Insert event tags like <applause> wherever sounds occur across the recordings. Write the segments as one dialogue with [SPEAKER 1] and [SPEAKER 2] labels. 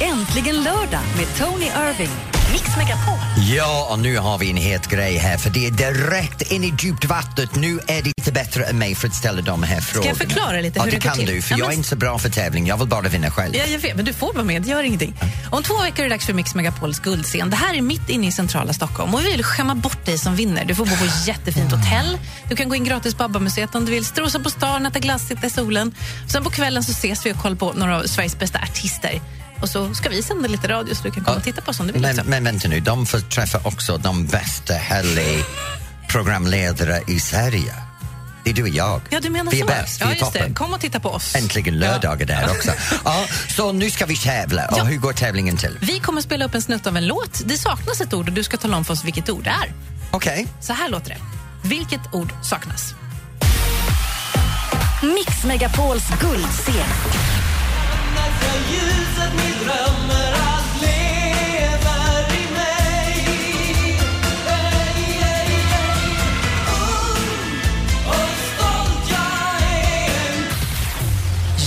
[SPEAKER 1] Äntligen lördag med Tony Irving. Mix Megapol.
[SPEAKER 2] Ja, och nu har vi en het grej här för det är direkt in i djupt vattnet. Nu är det lite bättre än mig för att ställa de här frågorna.
[SPEAKER 3] jag förklara lite
[SPEAKER 2] ja,
[SPEAKER 3] hur det går
[SPEAKER 2] kan
[SPEAKER 3] till?
[SPEAKER 2] du, för
[SPEAKER 3] Ja,
[SPEAKER 2] jag
[SPEAKER 3] men-
[SPEAKER 2] är inte så bra för tävling. Jag vill bara vinna själv.
[SPEAKER 3] Ja, jag vet, men du får vara med, det gör ingenting. Om två veckor är det dags för Mix Megapols guldscen. Det här är mitt inne i centrala Stockholm och vi vill skämma bort dig som vinner. Du får bo på
[SPEAKER 2] Ah.
[SPEAKER 3] ett jättefint hotell, du kan gå in gratis på ABBA-museet om du vill, strosa på stan, äta glass, sitta i solen. Sen på kvällen så ses vi och kollar på några av Sveriges bästa artister. Och så ska vi sända lite radio så du kan komma och titta på oss om du vill.
[SPEAKER 2] Men,
[SPEAKER 3] också.
[SPEAKER 2] men vänta nu, de får träffa också de bästa härliga programledare i Sverige. Det är du och jag.
[SPEAKER 3] Ja, du menar
[SPEAKER 2] vi är
[SPEAKER 3] så?
[SPEAKER 2] bäst, vi
[SPEAKER 3] ja,
[SPEAKER 2] är
[SPEAKER 3] just det.
[SPEAKER 2] toppen.
[SPEAKER 3] Kom och titta på oss.
[SPEAKER 2] Äntligen lördag är där också. Ja, så nu ska vi tävla. Och
[SPEAKER 3] Ja.
[SPEAKER 2] hur går tävlingen till?
[SPEAKER 3] Vi kommer spela upp en snutt av en låt. Det saknas ett ord och du ska tala om för oss vilket ord det är.
[SPEAKER 2] Okej.
[SPEAKER 3] Så här låter det. Vilket ord saknas?
[SPEAKER 1] Mix Megapols guldscen.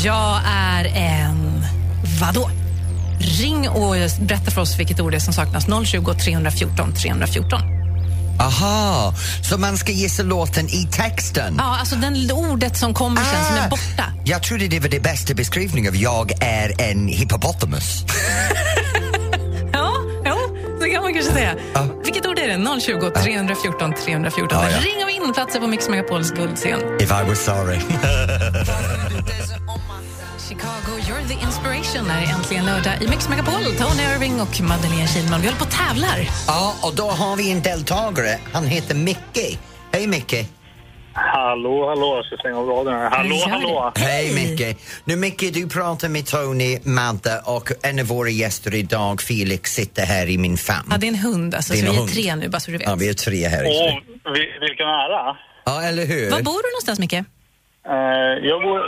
[SPEAKER 3] Jag är en... Vadå? Ring och berätta för oss vilket ord det är som saknas. 020 314 314.
[SPEAKER 2] Aha, så man ska gissa låten i texten?
[SPEAKER 3] Ja, alltså den ordet som kommer sen som är
[SPEAKER 2] Ah,
[SPEAKER 3] borta.
[SPEAKER 2] Jag trodde det var det bästa beskrivningen av jag är en hippopotamus.
[SPEAKER 3] Ja, ja, det kan man kanske säga. Vilket ord är det? 020 314 314.
[SPEAKER 2] Ah. Ja, ja.
[SPEAKER 3] Ring och vinn platser på Mix Megapols guldscen.
[SPEAKER 2] If I was
[SPEAKER 3] <laughs>
[SPEAKER 2] sorry.
[SPEAKER 3] Chicago, you're the inspiration är äntligen lördag i Mix Megapol. Tony Irving och Madeleine Kihlman. Vi håller på och tävlar.
[SPEAKER 2] ja, och då har vi en deltagare. Han heter Micke. Hej Micke.
[SPEAKER 4] Hallå, hallå. Jag ska stänga av radion här. Hallå,
[SPEAKER 3] Gör det.
[SPEAKER 4] hallå.
[SPEAKER 2] Hej Micke. Nu Micke, du pratar med Tony, Madde och en av våra gäster idag, Felix, sitter här i min famn.
[SPEAKER 3] Ja, det är en hund alltså, så
[SPEAKER 2] Din
[SPEAKER 3] vi är
[SPEAKER 2] hund.
[SPEAKER 3] tre nu bara så du vet.
[SPEAKER 2] Ja, vi är tre här. i
[SPEAKER 4] Åh,
[SPEAKER 2] Sverige.
[SPEAKER 4] vi- vilken ära.
[SPEAKER 2] Ja, eller hur?
[SPEAKER 3] Var bor du någonstans Micke?
[SPEAKER 4] Eh, jag bor...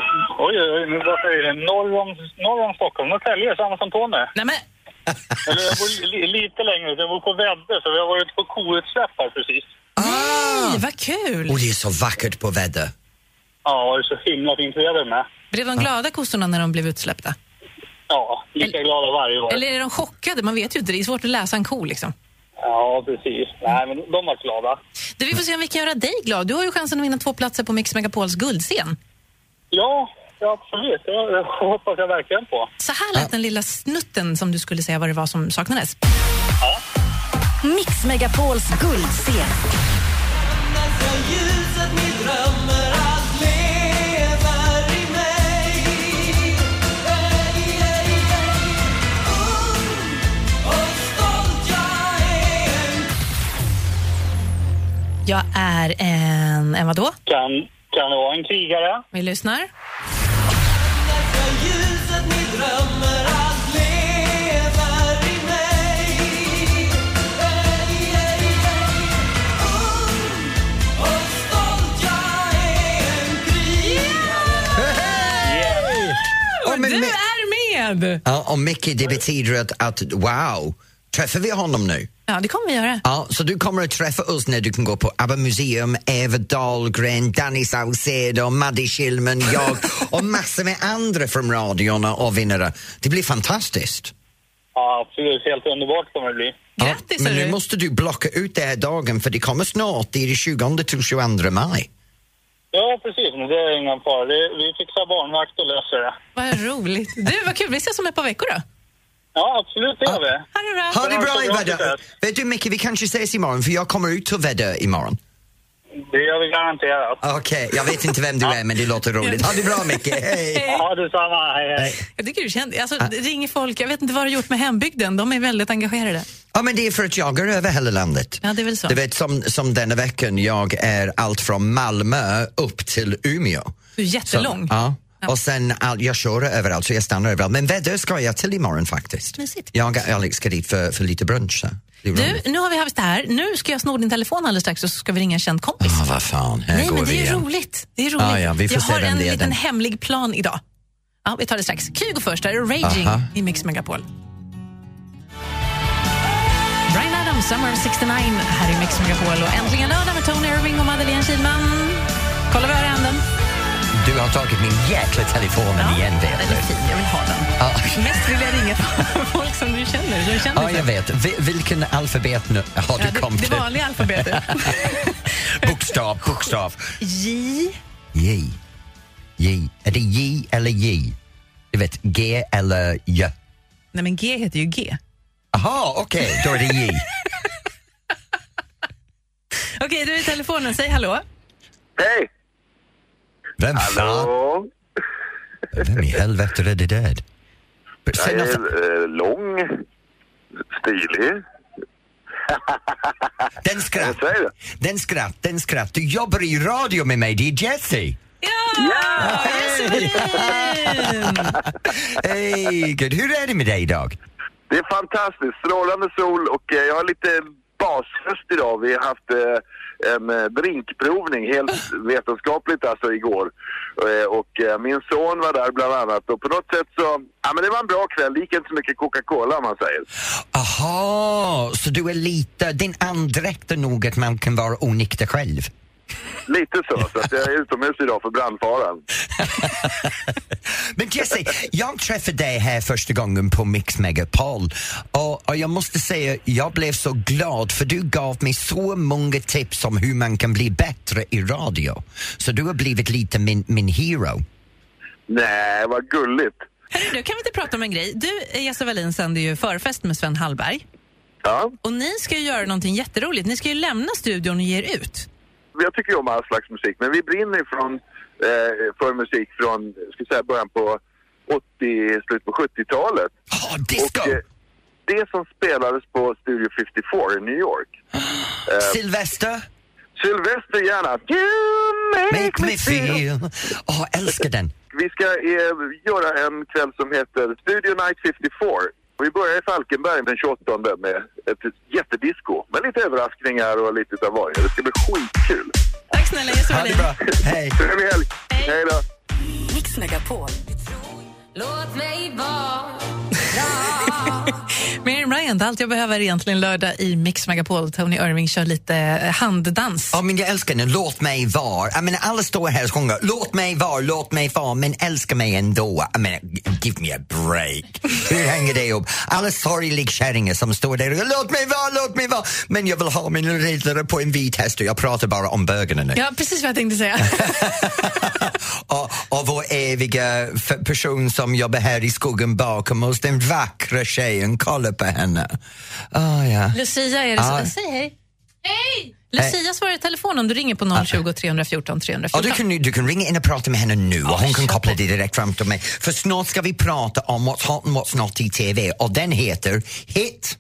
[SPEAKER 4] Oj, oj, oj, nu pratar jag i det. Norr om, norr om Stockholm. Norrtälje, samma som Tony.
[SPEAKER 3] Nej men,
[SPEAKER 4] Eller jag bor li, lite längre ut. Jag bor på Vädde, så vi har varit på koutsläpp här precis.
[SPEAKER 3] nej, vad kul!
[SPEAKER 2] Och Ah! Oh, det är så vackert på väder.
[SPEAKER 4] Ja, och det är så himla fint väder med.
[SPEAKER 3] Blev de glada kossorna när de blev utsläppta?
[SPEAKER 4] Ja, lika glada varje år.
[SPEAKER 3] Eller är de chockade? Man vet ju inte, det är svårt att läsa en ko liksom.
[SPEAKER 4] Ja, precis. Nej, men de var glada.
[SPEAKER 3] Du, vi får se om vi kan göra dig glad. Du har ju chansen att vinna två platser på Mix Megapols guldscen.
[SPEAKER 4] Ja, ja absolut. Jag, jag hoppas jag verkligen på.
[SPEAKER 3] Så här lät den lilla snutten som du skulle säga vad det var som saknades.
[SPEAKER 1] Mix Megapols guldscen.
[SPEAKER 3] Jag är en... En vadå?
[SPEAKER 4] Kan, kan det vara en krigare?
[SPEAKER 3] Vi lyssnar.
[SPEAKER 2] Ja, men
[SPEAKER 3] Du
[SPEAKER 2] Mi-
[SPEAKER 3] är med!
[SPEAKER 2] Ja, och Micke, det betyder att, att wow, träffar vi honom nu?
[SPEAKER 3] Ja, det kommer vi göra.
[SPEAKER 2] Ja, så du kommer att träffa oss när du kan gå på ABBA Museum, Eva Dahlgren, Danny Saucedo, Maddy Schillman,
[SPEAKER 3] <laughs>
[SPEAKER 2] jag och massor med andra från radion och vinnare. Det blir fantastiskt.
[SPEAKER 4] Ja, absolut. Helt underbart kommer det bli.
[SPEAKER 3] Grattis,
[SPEAKER 2] men
[SPEAKER 3] hörru.
[SPEAKER 2] nu måste du blocka ut den här dagen för det kommer snart, det är det 20 till 22 maj.
[SPEAKER 4] Ja, precis. Men det är ingen fara. Det, vi fixar barnvakt och löser det.
[SPEAKER 3] Vad roligt. Du, vad kul. Vi ses om ett par veckor då.
[SPEAKER 4] Ja, absolut. Det gör vi.
[SPEAKER 3] Ha det bra.
[SPEAKER 2] Ha det bra i
[SPEAKER 4] Ja,
[SPEAKER 2] Väddö!
[SPEAKER 4] precis.
[SPEAKER 2] Vet du Micke, vi kanske ses imorgon för jag kommer ut till Väddö imorgon.
[SPEAKER 4] Det gör vi garanterat.
[SPEAKER 2] Okej, jag vet inte vem du är men det låter roligt. Ha det bra Micke, hej!
[SPEAKER 4] Ja, detsamma. Hej, hej.
[SPEAKER 3] Jag tycker du känner, alltså, det ringer folk, jag vet inte vad du har gjort med hembygden, de är väldigt engagerade.
[SPEAKER 2] Ja, men det är för att jag är över hela landet.
[SPEAKER 3] Ja, det är väl så.
[SPEAKER 2] Du vet, som, som denna veckan, jag är allt från Malmö upp till Umeå.
[SPEAKER 3] Du är
[SPEAKER 2] Så-
[SPEAKER 3] jättelång.
[SPEAKER 2] Ja. Och sen, all, jag kör överallt så jag stannar överallt. Men Väddö ska jag till imorgon faktiskt.
[SPEAKER 3] Mysigt.
[SPEAKER 2] Jag och Alex ska dit för, för lite brunch. Så. Det är roligt.
[SPEAKER 3] Du, nu har vi haft det här, nu ska jag sno din telefon alldeles strax och så ska vi ringa en känd kompis.
[SPEAKER 2] Ah, vad fan, här
[SPEAKER 3] Nej
[SPEAKER 2] går
[SPEAKER 3] men det
[SPEAKER 2] vi
[SPEAKER 3] är ju
[SPEAKER 2] igen. Ah,
[SPEAKER 3] roligt. Det är roligt.
[SPEAKER 2] Ja, ja, vi får
[SPEAKER 3] jag
[SPEAKER 2] se
[SPEAKER 3] har
[SPEAKER 2] vem
[SPEAKER 3] en
[SPEAKER 2] det är
[SPEAKER 3] liten
[SPEAKER 2] den-
[SPEAKER 3] hemlig plan idag. Ja, vi tar det strax. Kygo först, här är Raging
[SPEAKER 2] Aha.
[SPEAKER 3] i Mix Megapol. Brian Adams, Summer 69 här i Mix Megapol och äntligen lördag med Tony Irving och Madeleine Kihlman. Kolla vi har i handen.
[SPEAKER 5] Du har tagit min jäkla telefon igen,
[SPEAKER 3] den
[SPEAKER 5] vet
[SPEAKER 3] är
[SPEAKER 5] du.
[SPEAKER 3] fin, jag vill ha den.
[SPEAKER 5] Ja.
[SPEAKER 3] Mest vill jag ringa <laughs> folk som du känner. Som känner liksom-
[SPEAKER 5] Ja, jag vet. Vi- Vilken alfabet nu har
[SPEAKER 3] Ja,
[SPEAKER 5] du kommit
[SPEAKER 3] det, det vanliga alfabetet. <laughs>
[SPEAKER 5] Bokstav, bokstav.
[SPEAKER 3] J.
[SPEAKER 5] J. J. Är det J eller J? Du vet, G eller J.
[SPEAKER 3] Nej, men G heter ju G.
[SPEAKER 5] Aha, okej, då är det J.
[SPEAKER 3] Okej, du är i telefonen. Säg hallå.
[SPEAKER 6] Hej!
[SPEAKER 5] Vem fan?
[SPEAKER 6] Hallå?
[SPEAKER 5] Vem i helvete är det där?
[SPEAKER 6] Jag
[SPEAKER 5] Säg något,
[SPEAKER 6] är eh, lång, stilig.
[SPEAKER 5] den skratt,
[SPEAKER 6] Vad säger du?
[SPEAKER 5] den skratt, den skratt. Du jobbar i radio med mig, det är Jesse.
[SPEAKER 3] Ja! Jag är så fin!
[SPEAKER 5] Hej, gud. Hur är det med dig idag?
[SPEAKER 6] Det är fantastiskt. Strålande sol och eh, jag har lite basröst idag. Vi har haft eh, en eh, drinkprovning, helt vetenskapligt alltså, igår. Eh, Och eh, min son var där bland annat och på något sätt så... Ja, men det var en bra kväll. Det gick inte så mycket Coca-Cola om man säger.
[SPEAKER 5] Aha, så du är lite, din andräkt är nog att man kan vara onykter själv.
[SPEAKER 6] Lite så. Så att jag är utomhus idag för brandfaran.
[SPEAKER 5] Men Jesse, jag träffade dig här första gången på Mix Megapol och, och jag måste säga, jag blev så glad för du gav mig så många tips om hur man kan bli bättre i radio. Så du har blivit lite min, min hero.
[SPEAKER 6] Nej, vad gulligt.
[SPEAKER 3] Hörru, du, kan vi inte prata om en grej? Du, eh, Jesse Wallin, sänder ju förfest med Sven Hallberg.
[SPEAKER 6] Ja.
[SPEAKER 3] Och ni ska ju göra någonting jätteroligt. Ni ska ju lämna studion och ge er ut.
[SPEAKER 6] jag tycker ju om all slags musik, men vi brinner ju från, eh, för musik från ska jag säga, början på 80, slut på 70-talet.
[SPEAKER 5] Oh, disco!
[SPEAKER 6] Och eh, det som spelades på Studio 54 i New York.
[SPEAKER 5] Sylvester,
[SPEAKER 6] Sylvester gärna. You make,
[SPEAKER 5] make me
[SPEAKER 6] feel.
[SPEAKER 5] feel. Åh, älskar den.
[SPEAKER 6] Vi ska eh, göra en kväll som heter Studio Night 54. Vi börjar i Falkenberg den 28 med ett jättedisco. Med lite överraskningar och lite utav varje. Det ska bli skitkul.
[SPEAKER 3] Tack snälla, Jesse
[SPEAKER 5] Ha det
[SPEAKER 3] Wallin.
[SPEAKER 5] bra. Hej.
[SPEAKER 6] Trevlig helg! Hej då!
[SPEAKER 7] Mix Megapol.
[SPEAKER 1] Låt mig vara
[SPEAKER 3] Miriam Bryant, allt jag behöver är egentligen lördag i Mix Megapol. Tony Irving kör lite eh, handdans.
[SPEAKER 2] Ja, men jag älskar den. Låt mig vara. Jag menar, alla står här och sjunger låt mig vara, låt mig vara, men älska mig ändå. Jag menar, give me a break. Hur hänger det ihop? Alla sorglig-kärringar som står där och låt mig vara, låt mig vara, men jag vill ha min riddare på en vit häst och jag pratar bara om bögarna nu.
[SPEAKER 3] Ja, precis vad jag
[SPEAKER 2] <laughs>
[SPEAKER 3] tänkte säga.
[SPEAKER 2] Och, och vår eviga f- person som jobbar här i skogen bakom oss, den vackra tjejen, kolla på henne. Oh, ja.
[SPEAKER 3] Lucia är det
[SPEAKER 2] Ja.
[SPEAKER 3] som... Säg hej. Hej! Lucia svarar i telefon om du ringer på 020 314
[SPEAKER 2] Ja,
[SPEAKER 3] 314.
[SPEAKER 2] du, kan, du kan ringa in och prata med henne nu och hon kan koppla dig direkt fram till mig. För snart ska vi prata om What's Hot and What's Not i TV och den heter Hit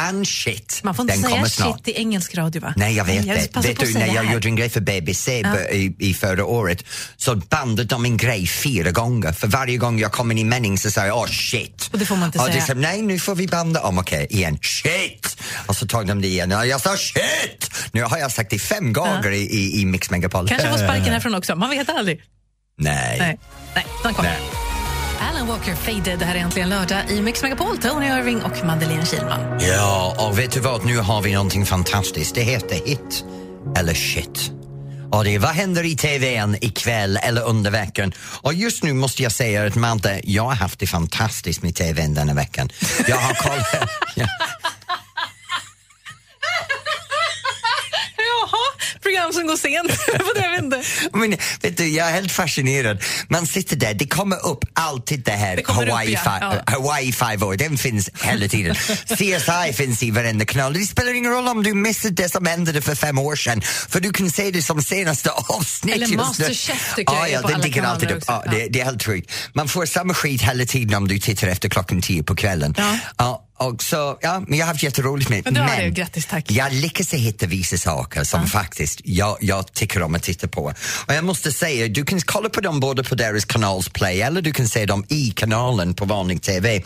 [SPEAKER 2] and Shit.
[SPEAKER 3] Man får inte
[SPEAKER 2] den
[SPEAKER 3] säga shit i engelsk radio, va?
[SPEAKER 2] Nej, jag vet
[SPEAKER 3] jag vill
[SPEAKER 2] det.
[SPEAKER 3] passa
[SPEAKER 2] Vet
[SPEAKER 3] på att
[SPEAKER 2] du,
[SPEAKER 3] säga
[SPEAKER 2] när jag
[SPEAKER 3] här.
[SPEAKER 2] gjorde en grej för BBC b- i, i förra året så bandade de en grej fyra gånger. För varje gång jag kom in i mening så sa jag åh shit.
[SPEAKER 3] Och det får man inte
[SPEAKER 2] och
[SPEAKER 3] säga.
[SPEAKER 2] Det sa, Nej, nu får vi banda om. Okej, igen. Shit! Och så tog de det igen och jag sa shit! Nu har jag sagt det fem gånger i, i, i Mix Megapol.
[SPEAKER 3] Kanske får
[SPEAKER 2] Eh.
[SPEAKER 3] sparken härifrån också. Man vet aldrig.
[SPEAKER 2] Nej.
[SPEAKER 3] Nej, Nej stanna kvar.
[SPEAKER 2] Eh. Nej.
[SPEAKER 3] Alan Walker, Faded. Det här är äntligen lördag i Mix Megapol. Tony Irving och Madeleine Kilman.
[SPEAKER 2] Ja, och vet du vad? Nu har vi någonting fantastiskt. Det heter hit eller shit. Och det är vad händer i TVn ikväll eller under veckan? Och just nu måste jag säga att Madde, jag har haft det fantastiskt med TVn denna veckan. Jag har kollat... Ja.
[SPEAKER 3] Jaha, program som går sent. <laughs> Vad det, jag vet inte.
[SPEAKER 2] <laughs> Men, vet du, jag är helt fascinerad. Man sitter där, det kommer upp alltid det här
[SPEAKER 3] Det kommer upp,
[SPEAKER 2] Hawaii,
[SPEAKER 3] ja.
[SPEAKER 2] fi-
[SPEAKER 3] Ja.
[SPEAKER 2] eh, Hawaii Five O. Den finns hela
[SPEAKER 3] <laughs>
[SPEAKER 2] tiden. CSI finns i varenda kanal. Det spelar ingen roll om du missade det som hände för fem år sedan för du kan se det som senaste <laughs> avsnitt.
[SPEAKER 3] Eller
[SPEAKER 2] just nu.
[SPEAKER 3] Masterchef tycker jag
[SPEAKER 2] ja,
[SPEAKER 3] är
[SPEAKER 2] ja,
[SPEAKER 3] på
[SPEAKER 2] den
[SPEAKER 3] alla
[SPEAKER 2] dyker alltid
[SPEAKER 3] kanaler
[SPEAKER 2] upp.
[SPEAKER 3] också.
[SPEAKER 2] Ja, det, det är helt sjukt. Man får samma skit hela tiden om du tittar efter klockan tio på kvällen.
[SPEAKER 3] Ja.
[SPEAKER 2] Ja, och så, ja, men jag har haft jätteroligt med
[SPEAKER 3] Men du har det, grattis, tack.
[SPEAKER 2] jag lyckas hitta vissa saker som faktiskt jag, jag tycker om att titta på. Och jag måste säga, du kan kolla på dem både på deras kanals play eller du kan se dem i kanalen på vanlig TV.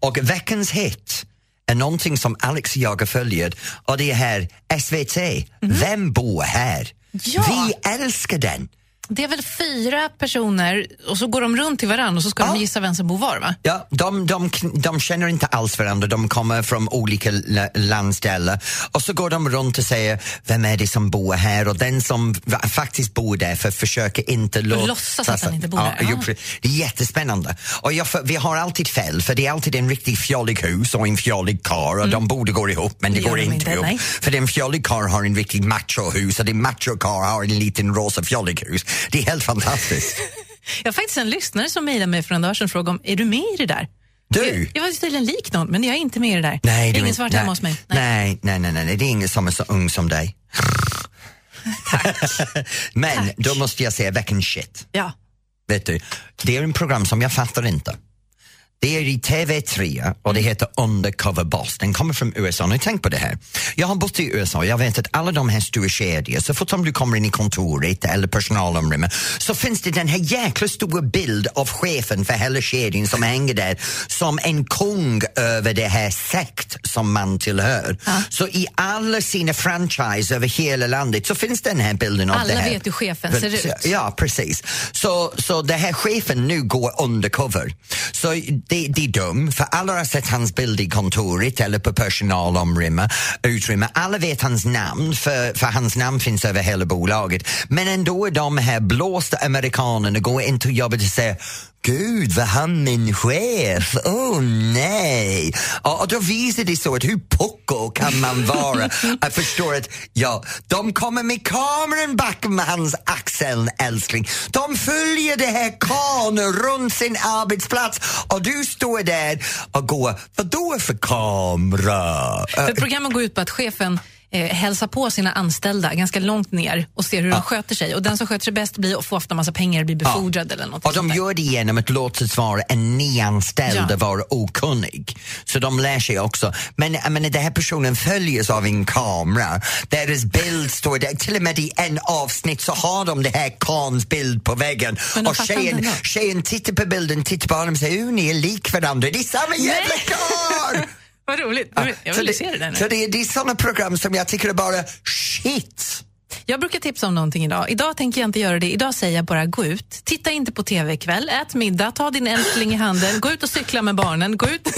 [SPEAKER 2] Och veckans hit är någonting som Alex och jag har följt och det är här SVT, Vem bor här?
[SPEAKER 3] Mhm. Ja.
[SPEAKER 2] Vi älskar den.
[SPEAKER 3] Det är väl fyra personer och så går de runt till varandra och så ska
[SPEAKER 2] Ja.
[SPEAKER 3] de gissa vem som bor var, va?
[SPEAKER 2] Ja, de, de, kn- de känner inte alls varandra, de kommer från olika la- landställen och så går de runt och säger vem är det som bor här och den som va- faktiskt bor där för försöker inte låta...
[SPEAKER 3] låtsas att han inte bor där.
[SPEAKER 2] Ja,
[SPEAKER 3] Ah.
[SPEAKER 2] ju- det är jättespännande. Och jag, för, vi har alltid fel för det är alltid en riktigt fjollig hus och en fjollig kar och de borde gå ihop men det
[SPEAKER 3] Mm. Det gör
[SPEAKER 2] går
[SPEAKER 3] de
[SPEAKER 2] inte,
[SPEAKER 3] inte,
[SPEAKER 2] ihop.
[SPEAKER 3] nej.
[SPEAKER 2] För den fjollig kar har en riktigt macho hus och den macho kar har en liten rosa fjollig hus. Det är helt fantastiskt.
[SPEAKER 3] Jag har faktiskt en lyssnare som mejlade mig för några dagar sedan och frågade om är du med i det där?
[SPEAKER 2] Du!
[SPEAKER 3] Jag var tydligen lik någon, men jag är inte med i det där.
[SPEAKER 2] Nej,
[SPEAKER 3] det
[SPEAKER 2] du
[SPEAKER 3] är ingen
[SPEAKER 2] inte-
[SPEAKER 3] svart
[SPEAKER 2] nej.
[SPEAKER 3] hemma hos mig. Nej.
[SPEAKER 2] Nej, nej, nej, nej, nej, det är ingen som är så ung som
[SPEAKER 3] <laughs>
[SPEAKER 2] dig. <laughs> Men då måste jag säga veckans shit.
[SPEAKER 3] Ja.
[SPEAKER 2] Vet du, det är en program som jag fattar inte. Det är i TV3 och
[SPEAKER 3] Mm.
[SPEAKER 2] det heter Undercover Boss. Den kommer från USA. Nu tänk på det här. Jag har bott i USA och jag vet att alla de här stora kedjorna, så fort som du kommer in i kontoret eller personalomrummet så finns det den här jäkla stora bild av chefen för hela kedjan som hänger där som en kung över det här sekt som man tillhör. Så i alla sina franchise över hela landet så finns den här bilden av
[SPEAKER 3] Alla
[SPEAKER 2] det här.
[SPEAKER 3] vet hur chefen ser ut.
[SPEAKER 2] Ja, precis. Så, så den här chefen nu går undercover. Så det, det är dum, för alla har sett hans bild i kontoret eller på personalomrymme, utrymme. Alla vet hans namn, för, för hans namn finns över hela bolaget. Men ändå är de här blåsta amerikanerna går in till jobbet och säger Gud, vad han min chef? Oh nej! Och, och då visar det så att hur pucko kan man vara? Jag förstår att, ja, de kommer med kameran bakom hans axeln, älskling. De följer det här karln runt sin arbetsplats och du står där och går, vadå för kamera? Eh,
[SPEAKER 3] För programmet går ut på att chefen eh, hälsar på sina anställda ganska långt ner och ser hur de sköter sig. Och den som sköter sig bäst blir och får ofta massa pengar, blir befordrad eller något.
[SPEAKER 2] Och de gör det genom att låta svara en nyanställd
[SPEAKER 3] Ja.
[SPEAKER 2] vara okunnig. Så de lär sig också. Men jag menar, den här personen följs av en kamera. Deras bild står där. Till och med i en avsnitt så har de det här kans bild på väggen.
[SPEAKER 3] Men de
[SPEAKER 2] Och
[SPEAKER 3] fattar inte
[SPEAKER 2] tjejen,
[SPEAKER 3] ändå.
[SPEAKER 2] tjejen tittar på bilden, tittar på honom och säger "Oh, ni är lik varandra. Det är samma jävla karl!
[SPEAKER 3] Vad roligt.
[SPEAKER 2] Ja,
[SPEAKER 3] Jag vill- <laughs> Jag
[SPEAKER 2] så
[SPEAKER 3] vill se det där
[SPEAKER 2] så
[SPEAKER 3] nu.
[SPEAKER 2] det, är- det är sådana program som jag tycker är bara shit.
[SPEAKER 3] Jag brukar tipsa om någonting idag. Idag tänker jag inte göra det. Idag säger jag bara gå ut. Titta inte på TV ikväll. Ät middag, ta din älskling i handen, gå ut och cykla med barnen,
[SPEAKER 2] <laughs>
[SPEAKER 3] gå ut.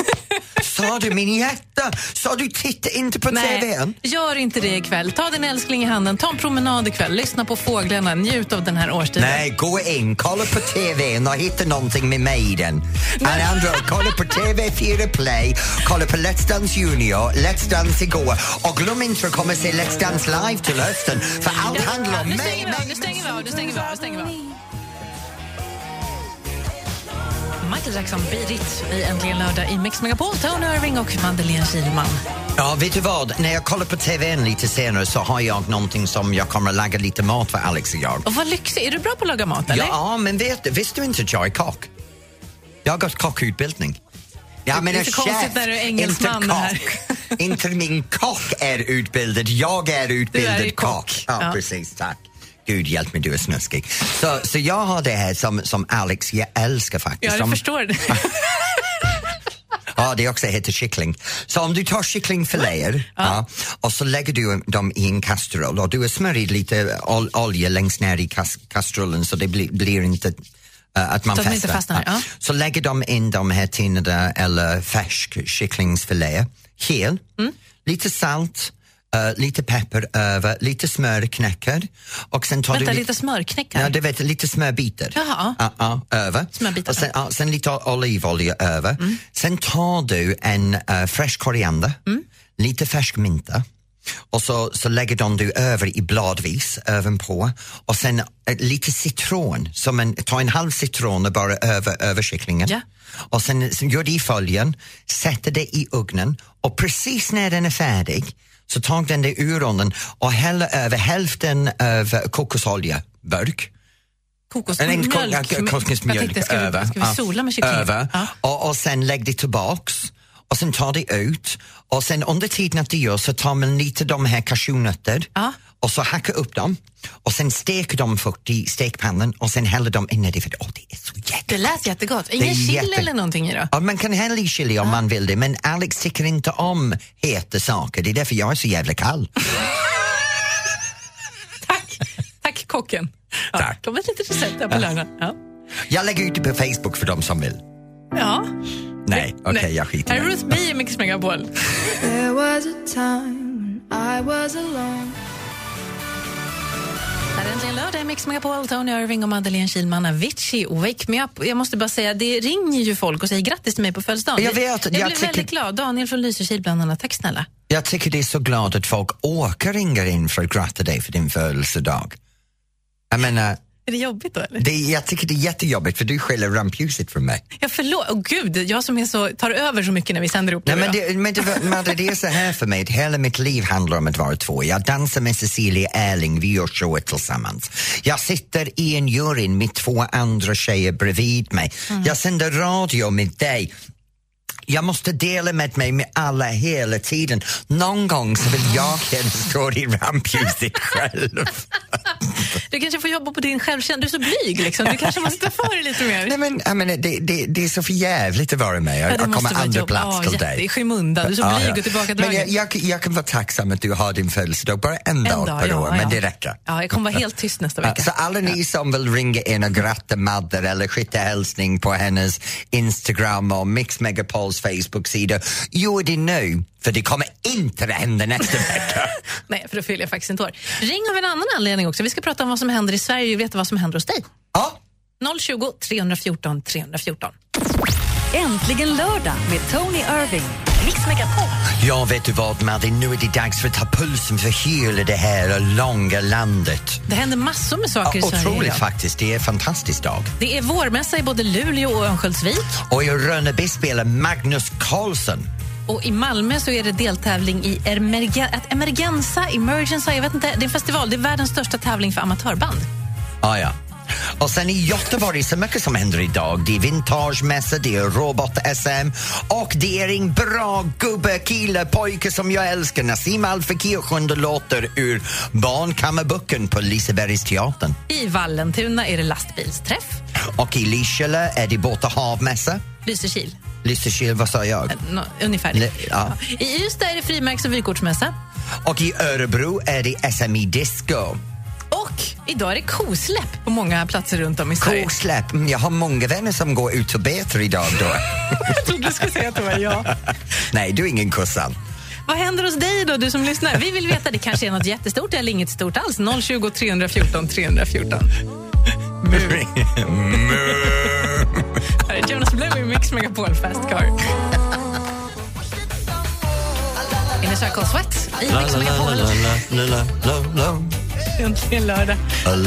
[SPEAKER 2] Sa du min hjärta? Sa du titta inte på TVn?
[SPEAKER 3] gör inte det ikväll. Ta din älskling i handen, ta en promenad ikväll, lyssna på fåglarna, njut av den här årstiden.
[SPEAKER 2] Nej, gå in, kolla på TVn och hitta någonting med mig i den. Alla andra, kolla på TV4 Play, kolla på Let's Dance Junior, Let's Dance igår och glöm inte att komma och se Let's Dance live till hösten för allt handlar om
[SPEAKER 3] Nu
[SPEAKER 2] mig,
[SPEAKER 3] stänger vi av, nu
[SPEAKER 2] mig,
[SPEAKER 3] stänger vi av, nu stänger vi av, nu stänger vi av. Michael Jackson, Beat It, i Äntligen lördag i Mix Megapol. Tony Irving och Madeleine Kihlman.
[SPEAKER 2] Ja, vet du vad? När jag kollar på TVn lite senare så har jag någonting som jag kommer att laga lite mat för Alex och jag.
[SPEAKER 3] Och vad lyxigt, är du bra på att laga mat eller?
[SPEAKER 2] Ja, men vet, visste du inte att jag är kock? Jag har gått kockutbildning. Jag
[SPEAKER 3] Det är
[SPEAKER 2] menar
[SPEAKER 3] så konstigt när du är engelsman
[SPEAKER 2] inte
[SPEAKER 3] här.
[SPEAKER 2] kock. inte min kock är utbildad, jag är utbildad
[SPEAKER 3] ju kock.
[SPEAKER 2] Ja,
[SPEAKER 3] Ja.
[SPEAKER 2] precis. Tack. Gud hjälp mig, du är snuskig. Så, så jag har det här som, som Alex, jag älskar faktiskt.
[SPEAKER 3] Ja, jag
[SPEAKER 2] Som-
[SPEAKER 3] förstår det.
[SPEAKER 2] Ja, det också heter kyckling. Så om du tar kycklingfiléer ja. och så lägger du dem i en kastrull och du har smörjt lite ol- olja längst ner i kas- kastrullen så det bli- blir inte eh, att man
[SPEAKER 3] Så att de
[SPEAKER 2] fäster.
[SPEAKER 3] inte fastnar, ja.
[SPEAKER 2] Så lägger de in de här tinade eller färsk kycklingsfiléer, hel,
[SPEAKER 3] Mm.
[SPEAKER 2] lite salt, eh, lite peppar över, lite smörknäckar och sen tar
[SPEAKER 3] <laughs> Vänta,
[SPEAKER 2] du
[SPEAKER 3] lite smörknäckar.
[SPEAKER 2] Ja, du vet, lite smörbitar.
[SPEAKER 3] Jaha.
[SPEAKER 2] Ja, ja, över.
[SPEAKER 3] Smörbitar.
[SPEAKER 2] Och sen, ja, sen lite o- olivolja över. Sen tar du en eh, fräsch koriander, lite färsk mynta och så, så lägger de du över i bladvis, övenpå. Och sen eh, lite citron, som en, ta en halv citron och bara över, över kycklingen.
[SPEAKER 3] Ja.
[SPEAKER 2] Och sen, sen gör det i följen, sätter det i ugnen och precis när den är färdig så tar den det ur ugnen och häller över hälften av kokosolja, burk.
[SPEAKER 3] Kokosmjölk.
[SPEAKER 2] En
[SPEAKER 3] med- Jag
[SPEAKER 2] kokosmjölk
[SPEAKER 3] tänkte, ska
[SPEAKER 2] över.
[SPEAKER 3] vi, ska
[SPEAKER 2] Ja.
[SPEAKER 3] vi sola med kyckling?
[SPEAKER 2] Över.
[SPEAKER 3] Ja.
[SPEAKER 2] Och, och sen lägg det tillbaks och sen tar det ut och sen under tiden att det gör så tar man lite de här cashewnötter
[SPEAKER 3] Ja.
[SPEAKER 2] och så hackar upp dem och sen steker de fort i stekpannan och sen häller de in i det för åh, det är så jäkla
[SPEAKER 3] Det lät jättegott.
[SPEAKER 2] Det
[SPEAKER 3] Ingen
[SPEAKER 2] är
[SPEAKER 3] chili
[SPEAKER 2] jätte-
[SPEAKER 3] eller någonting i då?
[SPEAKER 2] Ja, man kan hälla i chili om man vill det men Alex tycker inte om heta saker, det är därför jag är så jävla kall.
[SPEAKER 3] Tack, kocken. Ja, kom ett litet recept här på lördagen. Ja.
[SPEAKER 2] Jag lägger ut det på Facebook för de som vill.
[SPEAKER 3] ja.
[SPEAKER 2] Nej, okej,
[SPEAKER 3] Nej.
[SPEAKER 2] jag skiter
[SPEAKER 3] Här
[SPEAKER 2] i
[SPEAKER 3] är
[SPEAKER 2] det.
[SPEAKER 3] Ruth B i Mix Megapol.
[SPEAKER 8] There was a time when I was alone.
[SPEAKER 3] Här är äntligen lördag i Mix Megapol. Tony Irving och Madeleine Kilman, Avicii och Wake Me Up. Jag måste bara säga, det ringer ju folk och säger grattis till mig på födelsedagen.
[SPEAKER 2] Jag vet, jag
[SPEAKER 3] jag blev
[SPEAKER 2] tycker-
[SPEAKER 3] väldigt glad. Daniel från Lysekil bland annat. Tack snälla.
[SPEAKER 2] Jag tycker det är så glad att folk åker ringer in för att gratta dig för din födelsedag. Jag menar,
[SPEAKER 3] Är det jobbigt då eller?
[SPEAKER 2] det, jag tycker det är jättejobbigt för du skäller rampljuset från mig.
[SPEAKER 3] Ja, förlåt. Åh gud, jag som är så, tar över så mycket när vi sänder ihop
[SPEAKER 2] Nej, men
[SPEAKER 3] idag.
[SPEAKER 2] det, men det, var- Madde, det är så här för mig, hela mitt liv handlar om att vara två. Jag dansar med Cecilia Erling, vi gör showet tillsammans. Jag sitter i en juryn med två andra tjejer bredvid mig. Jag sänder radio med dig. Jag måste dela med mig med alla hela tiden. Någon gång så vill jag gärna stå i rampljuset själv.
[SPEAKER 3] Du kanske får jobba på din självkänsla. Du är så blyg liksom. Du kanske måste ta för dig lite mer.
[SPEAKER 2] <laughs> Nej, men, jag menar, det, det, det är så för jävligt att vara med. Jag,
[SPEAKER 3] Ja, det
[SPEAKER 2] jag
[SPEAKER 3] måste
[SPEAKER 2] kommer
[SPEAKER 3] vara ett
[SPEAKER 2] andra
[SPEAKER 3] jobb.
[SPEAKER 2] plats
[SPEAKER 3] Ja,
[SPEAKER 2] till
[SPEAKER 3] jätte-
[SPEAKER 2] dig.
[SPEAKER 3] i skymundan. Du är så
[SPEAKER 2] Ja,
[SPEAKER 3] blyg
[SPEAKER 2] ja.
[SPEAKER 3] och tillbakadragen.
[SPEAKER 2] Men jag, jag, jag kan vara tacksam att du har din födelsedag bara en, dag, per år, men det räcker.
[SPEAKER 3] Ja, jag kommer vara helt tyst nästa
[SPEAKER 2] Ja,
[SPEAKER 3] vecka.
[SPEAKER 2] Så alla ni som vill ringa in och gratta Madde eller skicka hälsning på hennes Instagram och Mix Megapols Facebook-sida, gör det nu, för det kommer inte att hända nästa
[SPEAKER 3] <laughs>
[SPEAKER 2] vecka.
[SPEAKER 3] Nej, för då fyller jag faktiskt inte år. Ring av en annan anledning också. Vi ska prata om vad som händer i Sverige. Vi vet vad som händer hos dig.
[SPEAKER 2] Ja,
[SPEAKER 3] 020 314 314.
[SPEAKER 1] Äntligen lördag med Tony Irving. Mix Megapol.
[SPEAKER 2] jag vet du vad Madde, nu är det dags för att ta pulsen för hela det här långa landet.
[SPEAKER 3] Det händer massor med saker i Sverige
[SPEAKER 2] Otroligt
[SPEAKER 3] idag.
[SPEAKER 2] faktiskt, det är en fantastisk dag.
[SPEAKER 3] Det är vårmässa i både Luleå och Örnsköldsvik.
[SPEAKER 2] Och i Rönneby spelar Magnus Carlsen.
[SPEAKER 3] Och i Malmö så är det deltävling i Emerga- att Emergenza, Emergenza, jag vet inte. Det är en festival. Det är världens största tävling för amatörband.
[SPEAKER 2] Ah, ja. Och sen i Göteborg är så mycket som händer idag. Det är vintagemässa, det är robot-SM och det är en bra gubbe, kille, pojke som jag älskar. Nassim Al Fakir sjunger låter ur Barnkammarboken på Lisebergsteatern.
[SPEAKER 3] I Vallentuna är det lastbilsträff.
[SPEAKER 2] Och i Lysekile är det båt och havmässa.
[SPEAKER 3] Lysekil,
[SPEAKER 2] Lysekil, vad sa jag?
[SPEAKER 3] nå, ungefär.
[SPEAKER 2] Le-
[SPEAKER 3] det.
[SPEAKER 2] ja.
[SPEAKER 3] I Ystad är det frimärks och vykortsmässa.
[SPEAKER 2] Och i Örebro är det SMI Disco.
[SPEAKER 3] Och idag är det kosläpp på många platser runt om i Sverige.
[SPEAKER 2] Kosläpp, Mm, jag har många vänner som går ut och beter idag då.
[SPEAKER 3] Jag trodde <laughs> du skulle säga att det var jag.
[SPEAKER 2] Nej, du är ingen kossan.
[SPEAKER 3] Vad händer hos dig då, du som lyssnar? Vi vill veta, det kanske är något jättestort eller inget stort alls. 020 314 314. Här är Jonas Blue i Mix Megapol Fast Car. Inner Circle Sweat i Mix Megapol. Äntligen lördag. Tony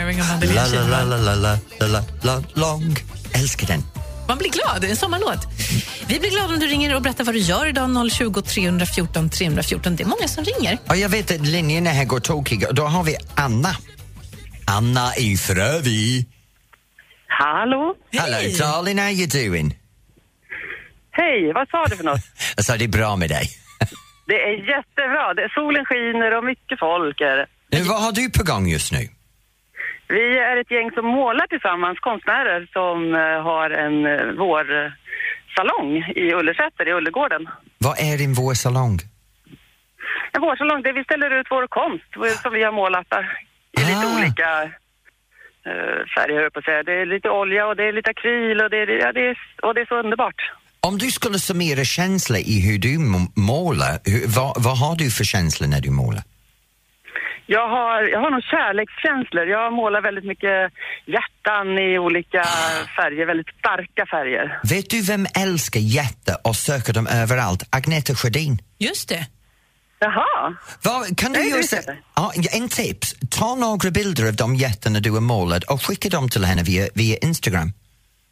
[SPEAKER 3] Irving och Madeleine Kilman.
[SPEAKER 2] Lång. Älskar den.
[SPEAKER 3] Man blir glad, det är en sommarlåt. Vi blir glada om du ringer och berättar vad du gör idag. 020 314 314. Det är många som ringer.
[SPEAKER 2] Ja, jag vet att linjerna här går tokiga. Då har vi Anna. Anna i Frövi.
[SPEAKER 9] Hallå?
[SPEAKER 2] Hello darling, how you doing?
[SPEAKER 9] Hej, vad sa du för något?
[SPEAKER 2] Alltså det är bra med dig.
[SPEAKER 9] Det är jättebra. Det, solen skiner och mycket folk är det.
[SPEAKER 2] Nu, vad har du på gång just nu?
[SPEAKER 9] Vi är ett gäng som målar tillsammans, konstnärer som eh, har en eh, vårsalong i Ullersäter, i Ullegården.
[SPEAKER 2] Vad är din vårsalong?
[SPEAKER 9] En vårsalong där vi ställer ut vår konst eh, som vi har målat där. I lite
[SPEAKER 2] Ah.
[SPEAKER 9] olika eh, färger, höll jag på att säga. Det är lite olja och det är lite akryl och det är, ja, det är, och det är så underbart.
[SPEAKER 2] Om du skulle summera känslor i hur du m- målar, hur, vad, vad har du för känslor när du målar?
[SPEAKER 9] Jag har, jag har nog kärlekskänslor. Jag målar väldigt mycket hjärtan i olika färger, väldigt starka färger.
[SPEAKER 2] Vet du vem älskar jätte och söker dem överallt? Agneta Sjödin.
[SPEAKER 3] Just det.
[SPEAKER 9] Jaha,
[SPEAKER 2] Vad, kan du
[SPEAKER 9] Nej,
[SPEAKER 2] göra
[SPEAKER 9] det
[SPEAKER 2] så?
[SPEAKER 9] vet jag
[SPEAKER 2] Ja, en tips. Ta några bilder av de jättarna du har målat och skicka dem till henne via, via Instagram.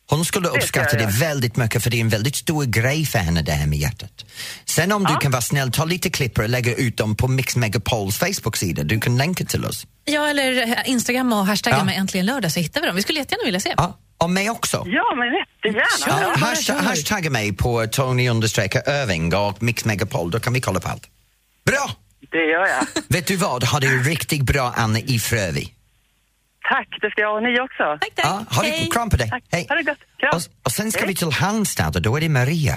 [SPEAKER 2] Hon skulle
[SPEAKER 9] ska
[SPEAKER 2] uppskatta
[SPEAKER 9] jag
[SPEAKER 2] det
[SPEAKER 9] göra.
[SPEAKER 2] väldigt mycket för det är en väldigt stor grej för henne det här med hjärtat. Sen om du kan vara snäll, ta lite klipper och lägga ut dem på Mix Megapols Facebook-sida. Du kan länka till oss.
[SPEAKER 3] Ja, eller eh, Instagram och hashtagga
[SPEAKER 2] Ja.
[SPEAKER 3] med äntligen lördag så hittar vi dem. Vi skulle jättegärna vilja se.
[SPEAKER 2] Ja, och mig också.
[SPEAKER 9] ja men jättegärna.
[SPEAKER 2] Ja,
[SPEAKER 9] Ja.
[SPEAKER 2] hashtag, hashtagga mig på Tony understreck Irving och Mix Megapol, då kan vi kolla på allt. Bra!
[SPEAKER 9] Det gör jag.
[SPEAKER 2] Vet du vad, ha det riktigt bra Anna i Frövi.
[SPEAKER 9] Tack, det ska jag ha. Ni också.
[SPEAKER 3] Tack, tack.
[SPEAKER 2] Ja, ha det,
[SPEAKER 3] Hej.
[SPEAKER 2] kram på dig.
[SPEAKER 9] Tack.
[SPEAKER 2] Hej.
[SPEAKER 9] Ha det gott. Kram.
[SPEAKER 2] Och, och sen ska
[SPEAKER 9] Hej.
[SPEAKER 2] vi till Halmstad och då är det Maria.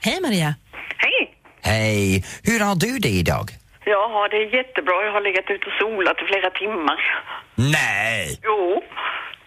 [SPEAKER 3] Hej Maria.
[SPEAKER 9] Hej!
[SPEAKER 2] Hej, hur har du det idag?
[SPEAKER 9] Jaha, det är jättebra. Jag har legat ute och solat i flera timmar.
[SPEAKER 2] Nej!
[SPEAKER 9] Jo,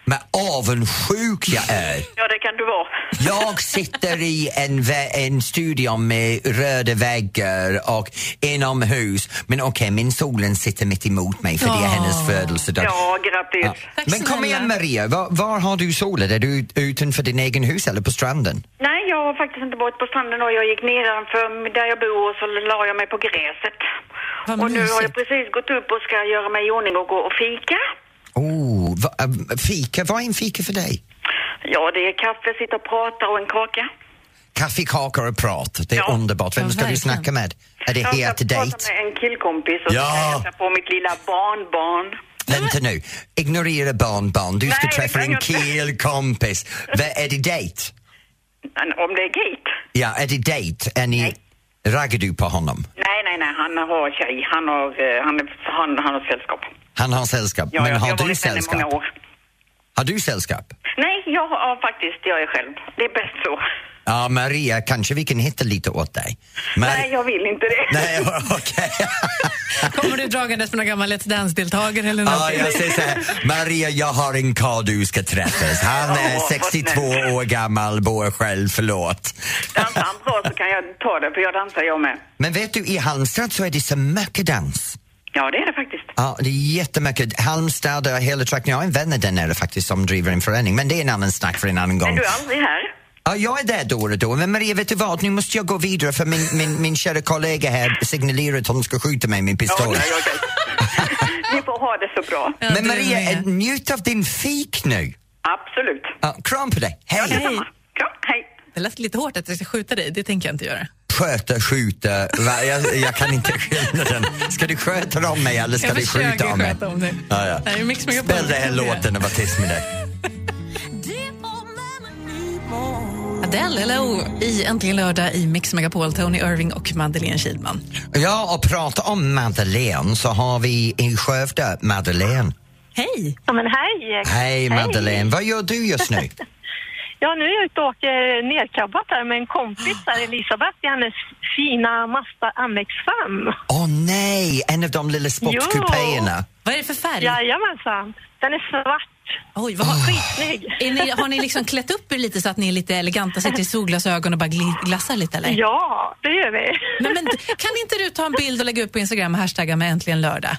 [SPEAKER 2] Men avundsjuk jag är!
[SPEAKER 9] ja det kan du vara.
[SPEAKER 2] Jag sitter i en, vä- en studio med röda väggar och inomhus. Men okej, min solen sitter mitt emot mig för det är hennes födelsedag.
[SPEAKER 9] Ja, grattis.
[SPEAKER 2] Ja.
[SPEAKER 3] Tack
[SPEAKER 2] Men kom
[SPEAKER 3] snälla.
[SPEAKER 2] igen Maria, var, var har du solen? Är du utanför din egen hus eller på stranden?
[SPEAKER 9] Nej, jag har faktiskt inte varit på stranden och jag gick nedanför där jag bor och så la jag mig på gräset.
[SPEAKER 3] Vad
[SPEAKER 9] och nu har jag
[SPEAKER 3] mysigt.
[SPEAKER 9] precis gått upp och ska göra mig i ordning och gå och fika.
[SPEAKER 2] Oh, va, äh, fika, vad är en fika för dig?
[SPEAKER 9] Ja, det är kaffe, sitta och prata och en kaka.
[SPEAKER 2] Kaffekakor och prat, det är
[SPEAKER 9] Ja.
[SPEAKER 2] underbart. Vem
[SPEAKER 3] Ja,
[SPEAKER 2] ska du
[SPEAKER 3] verkligen.
[SPEAKER 2] snacka med? Är det
[SPEAKER 9] Jag
[SPEAKER 2] het
[SPEAKER 9] ska prata
[SPEAKER 2] dejt?
[SPEAKER 9] med en killkompis och
[SPEAKER 2] Ja.
[SPEAKER 9] ja. hälsa på mitt lilla barnbarn.
[SPEAKER 2] Vänta nu, ignorera barnbarn. Du ska
[SPEAKER 9] Nej,
[SPEAKER 2] träffa
[SPEAKER 9] det
[SPEAKER 2] en
[SPEAKER 9] kan jag inte.
[SPEAKER 2] killkompis. Va, är det dejt?
[SPEAKER 9] Men Om det är gate?
[SPEAKER 2] Ja, är det dejt? Är ni... Raggar du på honom?
[SPEAKER 9] Nej, nej, nej, han har tjej. Han har, eh, han är, han, han har sällskap.
[SPEAKER 2] Han har sällskap.
[SPEAKER 9] Ja,
[SPEAKER 2] men
[SPEAKER 9] jag,
[SPEAKER 2] har
[SPEAKER 9] jag
[SPEAKER 2] du
[SPEAKER 9] varit vän i
[SPEAKER 2] sällskap?
[SPEAKER 9] många år.
[SPEAKER 2] Har du sällskap?
[SPEAKER 9] Nej, jag har ja, faktiskt, jag är själv. Det är bäst så.
[SPEAKER 2] Ja, Maria, kanske vi kan hitta lite åt dig. Mar-
[SPEAKER 9] Nej, jag vill inte det.
[SPEAKER 2] Nej, <laughs> okej.
[SPEAKER 3] Kommer du dragandes med någon gammal Let's Dance-deltagare eller
[SPEAKER 2] Ja,
[SPEAKER 3] någonting?
[SPEAKER 2] jag säger så här. Maria, jag har en karl du ska träffas. Han är
[SPEAKER 9] Åh, vad
[SPEAKER 2] 62
[SPEAKER 9] snällt.
[SPEAKER 2] år gammal, bor själv, förlåt.
[SPEAKER 9] Dansar han bra så kan jag ta det, för jag dansar jag med.
[SPEAKER 2] Men vet du, i Halmstad så är det så mycket dans.
[SPEAKER 9] Ja, det är det faktiskt.
[SPEAKER 2] Ja, det är jättemycket. Halmstad och hela trakten. Jag har en vän där nere faktiskt som driver en förening, men det är en annan snack för en annan gång.
[SPEAKER 9] Men du är aldrig här.
[SPEAKER 2] Ja, jag är där då och då, men Maria, vet du vad? Nu måste jag gå vidare för min, min, min kära kollega här signalerar att hon ska skjuta mig med
[SPEAKER 9] Ja,
[SPEAKER 2] pistol.
[SPEAKER 9] nej, jag är <laughs> Ni får ha det så bra.
[SPEAKER 3] Ja,
[SPEAKER 2] Men
[SPEAKER 3] du
[SPEAKER 2] Maria,
[SPEAKER 3] med.
[SPEAKER 2] eh, njut av din fik nu.
[SPEAKER 9] Absolut.
[SPEAKER 2] Ja, kram på dig. Hej!
[SPEAKER 9] Detsamma. Ja, hej.
[SPEAKER 3] Det lät lite hårt att jag ska skjuta dig. Det tänker jag inte göra.
[SPEAKER 2] Sköta, skjuta. Va? Jag, jag kan inte skillnaden. Ska du sköta om mig eller ska
[SPEAKER 3] jag
[SPEAKER 2] du skjuta om mig? Ah,
[SPEAKER 3] sköta om dig.
[SPEAKER 2] Ja, ja.
[SPEAKER 3] Det här är Mix Megapol.
[SPEAKER 2] Spela den här låten och var tyst med dig.
[SPEAKER 3] Adele, hello! I Äntligen lördag i Mix Megapol, Tony Irving och Madeleine Kihlman.
[SPEAKER 2] Ja, och prata om Madeleine så har vi i Skövde Madeleine.
[SPEAKER 3] Hej!
[SPEAKER 10] Ja, men hej!
[SPEAKER 2] Hej Madeleine, vad gör du just nu?
[SPEAKER 10] Ja, nu är jag ute och åker nerkabbat här med en kompis här, Elisabeth, i hennes fina Mazda MX-5.
[SPEAKER 2] Åh nej, en av de lilla sportkupéerna.
[SPEAKER 3] Vad är det för färg?
[SPEAKER 10] Jajamensan. Den är svart.
[SPEAKER 3] Oj, vad har,
[SPEAKER 10] Snygg.
[SPEAKER 3] är ni, har ni liksom klätt upp er lite så att ni är lite eleganta, sätter solglasögon och bara gli- glassar lite eller?
[SPEAKER 10] Ja, det gör vi.
[SPEAKER 3] Nej, men, kan inte du ta en bild och lägga upp på Instagram och hashtagga med Äntligen lördag?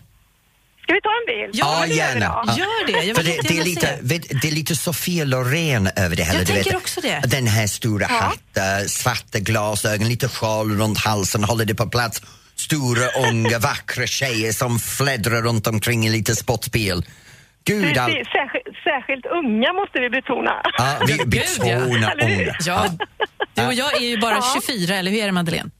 [SPEAKER 10] Ska vi ta en bild?
[SPEAKER 2] Ja,
[SPEAKER 10] det gör vi
[SPEAKER 2] gärna.
[SPEAKER 10] då.
[SPEAKER 2] Ja.
[SPEAKER 3] Gör det! Jag
[SPEAKER 2] För
[SPEAKER 3] vill
[SPEAKER 2] det, det, är
[SPEAKER 3] jättegärna
[SPEAKER 2] lite,
[SPEAKER 3] se.
[SPEAKER 2] vet- det är lite Sofia Loren över det hela.
[SPEAKER 3] Jag
[SPEAKER 2] du
[SPEAKER 3] tänker också det.
[SPEAKER 2] Den här stora hatten, svarta glasögon, lite sjal runt halsen, håller det på plats. Stora,
[SPEAKER 3] <laughs>
[SPEAKER 2] unga, vackra tjejer som fläddrar runt omkring i lite sportbil. Gud, all...
[SPEAKER 10] Precis, särskilt, särskilt unga måste vi betona.
[SPEAKER 2] ja, vi
[SPEAKER 3] Gud, ja.
[SPEAKER 2] betonar
[SPEAKER 10] Eller hur?
[SPEAKER 2] unga.
[SPEAKER 3] Ja, du och jag är ju bara 24, eller hur är det Madeleine?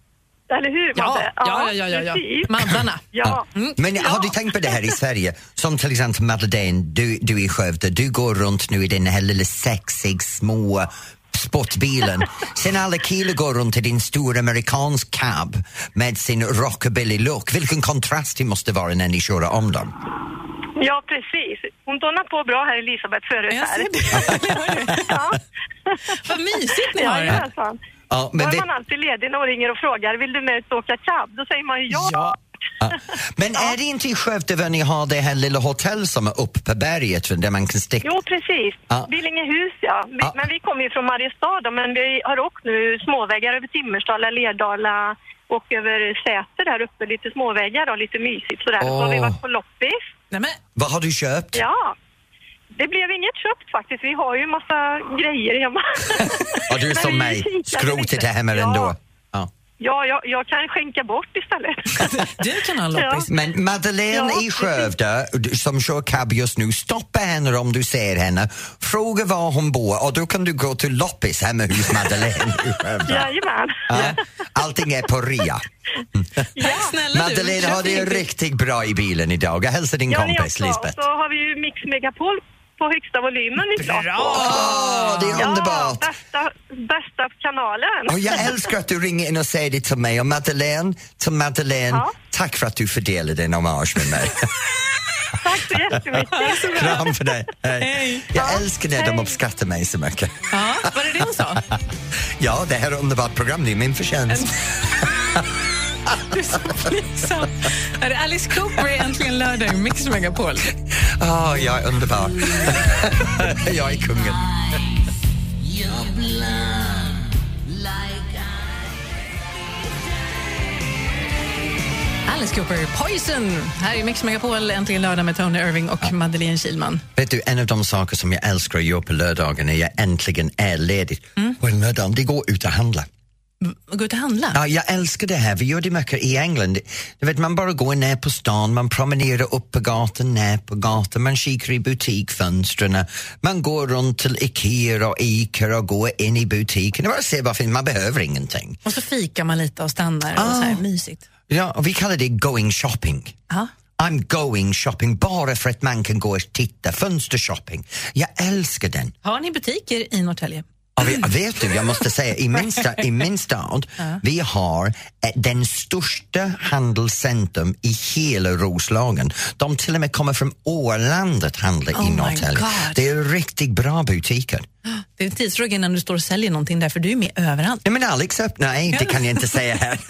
[SPEAKER 10] Eller hur,
[SPEAKER 3] Ja,
[SPEAKER 10] Madde?
[SPEAKER 3] ja, ja, ja, Mm. ja.
[SPEAKER 10] precis.
[SPEAKER 3] Maddarna.
[SPEAKER 10] Ja.
[SPEAKER 2] Men har du tänkt på det här i Sverige? Som till exempel Madeleine, du, du i Skövde, du går runt nu i den här lilla sexig små sportbilen. Sen alla killar går runt i din stora amerikansk cab med sin rockabilly-look. Vilken kontrast det måste vara när ni kör om dem.
[SPEAKER 10] ja, precis. Hon donar på bra här, Elisabeth, förut
[SPEAKER 3] Jag
[SPEAKER 10] här.
[SPEAKER 3] ser det.
[SPEAKER 10] Ja.
[SPEAKER 3] Vad mysigt ni har det.
[SPEAKER 10] Jajamensan.
[SPEAKER 2] Ja,
[SPEAKER 10] Då
[SPEAKER 2] men,
[SPEAKER 10] är
[SPEAKER 2] det,
[SPEAKER 10] man alltid ledig när någon ringer och frågar vill du med ut och åka cab? Då säger man ju ja.
[SPEAKER 2] ja. men är det inte i Skövde där ni har det här lilla hotell som är uppe på berget där man kan sticka?
[SPEAKER 10] Jo, precis.
[SPEAKER 2] Ja.
[SPEAKER 10] Billingehus, ja. Vi,
[SPEAKER 2] Ja.
[SPEAKER 10] Men vi kommer ju från Mariestad då, men vi har åkt nu småvägar över Timmersdala, Lerdala och över Säter där uppe. Lite småvägar och lite mysigt sådär. Så har vi
[SPEAKER 2] Åh.
[SPEAKER 10] varit på loppis.
[SPEAKER 3] Nej, men,
[SPEAKER 2] Vad har du köpt?
[SPEAKER 10] Ja. Det blev inget köpt faktiskt. Vi har ju massa grejer hemma.
[SPEAKER 2] <laughs> Ja, du är
[SPEAKER 10] Men
[SPEAKER 2] som
[SPEAKER 10] vi
[SPEAKER 2] mig,
[SPEAKER 10] kikade
[SPEAKER 2] skrotet
[SPEAKER 10] lite.
[SPEAKER 2] är hemma
[SPEAKER 10] ja.
[SPEAKER 2] ändå. Ja.
[SPEAKER 10] Ja, jag, jag kan skänka bort istället.
[SPEAKER 3] <laughs> du kan ha en loppis.
[SPEAKER 2] Men Madeleine
[SPEAKER 10] Ja,
[SPEAKER 2] i Skövde, du- som kör cab just nu, stoppa henne om du ser henne. Fråga var hon bor och då kan du gå till loppis hemma hos Madeleine i Skövde.
[SPEAKER 10] Jajamän.
[SPEAKER 2] Ja. Allting är på rea.
[SPEAKER 3] Tack äh, snälla
[SPEAKER 2] Madeleine har det riktigt bra i bilen idag. Jag hälsar din
[SPEAKER 10] Ja, ni
[SPEAKER 2] kompis
[SPEAKER 10] också. Och
[SPEAKER 2] Lisbeth.
[SPEAKER 10] så har vi ju Mix Megapol på högsta volymen vi är glada på.
[SPEAKER 2] Åh, det är underbart!
[SPEAKER 10] Ja, bästa, bästa kanalen.
[SPEAKER 2] Och jag älskar att du ringer in och säger det till mig. Och Madeleine, till Madeleine,
[SPEAKER 10] Ja.
[SPEAKER 2] tack för att du fördelar din hommage med
[SPEAKER 10] <laughs>
[SPEAKER 2] mig.
[SPEAKER 10] Tack så jättemycket.
[SPEAKER 2] Kram för dig. Hej. Jag älskar när de
[SPEAKER 10] Hej.
[SPEAKER 2] uppskattar mig så mycket.
[SPEAKER 3] Ja, var det det hon sa?
[SPEAKER 2] Ja, det här är underbart program. Det är min förtjänst.
[SPEAKER 3] Du är så pinsam. Här är Alice Cooper är äntligen lördag i Mix Megapol.
[SPEAKER 11] Ah, jag är
[SPEAKER 2] <laughs>
[SPEAKER 11] underbar. jag är kungen.
[SPEAKER 3] Alice Cooper, Poison. Här är Mix Megapol, äntligen lördag med Tony Irving och Madeleine Kilman.
[SPEAKER 2] Vet du, en av de saker som jag älskar att göra på lördagen när jag äntligen är ledig på en lördag, det går ut och handla.
[SPEAKER 3] Gå ut och handla.
[SPEAKER 2] Ja, jag älskar det här. Vi gör det mycket i England. Du vet, man bara går ner på stan, man promenerar upp på gatan, ner på gatan, man kikar i butikfönstren, man går runt till Ikea och Ica och går in i butiken och bara ser vad finns. Man behöver ingenting.
[SPEAKER 3] Och så fikar man lite och stannar. Och så här,
[SPEAKER 2] Ah.
[SPEAKER 3] mysigt.
[SPEAKER 2] Ja, och vi kallar det going shopping.
[SPEAKER 3] Ja.
[SPEAKER 2] I'm going shopping bara för att man kan gå och titta. Fönstershopping. Jag älskar den.
[SPEAKER 3] Har ni butiker i Norrtälje?
[SPEAKER 2] Ja, vi- vet du, jag måste säga, i min, sta, i min stad, vi har eh, den största handelscentrum i hela Roslagen. De till och med kommer från Åland att handla
[SPEAKER 3] Oh
[SPEAKER 2] i
[SPEAKER 3] my
[SPEAKER 2] Norrtälje.
[SPEAKER 3] God.
[SPEAKER 2] Det är riktigt bra butiker.
[SPEAKER 3] Det är en tidsfråga innan du står och säljer någonting där, för du är med överallt.
[SPEAKER 2] Nej, men Alex öppnar, nej det kan jag inte säga här.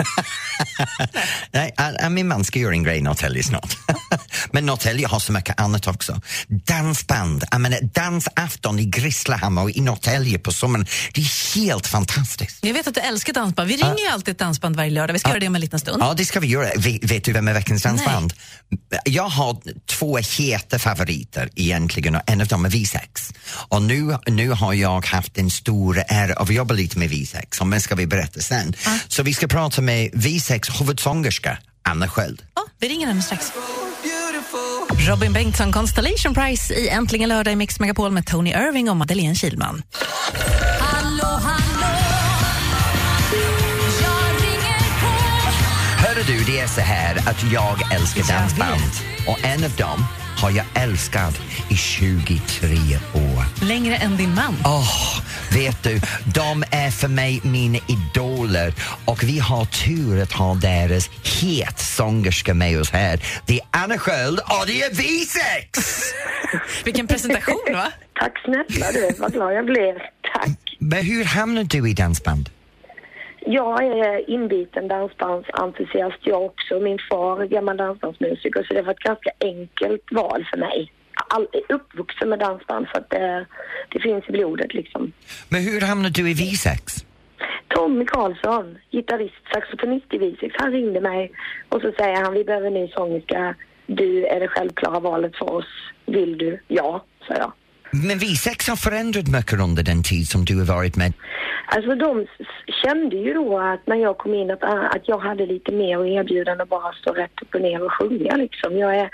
[SPEAKER 2] nej, a- a- min man ska göra en grej i Norrtälje snart. <laughs> men Norrtälje har så mycket annat också. Dansband, jag menar dansafton i Grisslehammar och i Norrtälje på sommaren. Det är helt fantastiskt.
[SPEAKER 3] Jag vet att du älskar dansband. Vi ringer ju alltid ett dansband varje lördag. Vi ska göra det om en liten stund.
[SPEAKER 2] Ja, det ska vi göra. Ve- Vet du vem är veckans dansband? Jag har två heta favoriter egentligen och en av dem är V6. Och nu, nu har jag haft den stora ära av att jobba lite med V6, men ska vi berätta sen. Så vi ska prata med V6 huvudsångerska Anna Sköld.
[SPEAKER 3] Ja, vi ringer henne strax. Robin Bengtsson, Constellation Prize i Äntligen lördag i Mix Megapol med Tony Irving och Madeleine Kilman.
[SPEAKER 12] Hallå, hallå Jag ringer på
[SPEAKER 2] Hör du, det är så här att jag älskar dansband och en av dem har jag älskat i 23 år.
[SPEAKER 3] Längre än din man.
[SPEAKER 2] Åh, vet du, de är för mig mina idoler och vi har tur att ha deras hetsångerska med oss här. Det är Anna Sköld och det är Visex!
[SPEAKER 3] Vilken presentation, va?
[SPEAKER 13] Tack snälla du, vad glad jag blev. Tack.
[SPEAKER 2] Men hur hamnade du i dansband?
[SPEAKER 13] Jag är inbiten dansbandsentusiast jag också. Min far är gammal dansbandsmusiker så det var ett ganska enkelt val för mig. All, uppvuxen med dansband så att det, det finns i blodet liksom.
[SPEAKER 2] Men hur hamnade du i Visex?
[SPEAKER 13] Tommy Karlsson, gitarrist, saxofonist i Visex, han ringde mig och så säger han vi behöver en ny sångerska. Du är det självklara valet för oss. Vill du? Ja, sa jag.
[SPEAKER 2] Men Visex har förändrat mycket under den tid som du har varit med. <laughs>
[SPEAKER 13] Alltså de s- kände ju då att när jag kom in att, ah, att jag hade lite mer att erbjuda än att bara stå rätt upp och ner och sjunga liksom. Jag är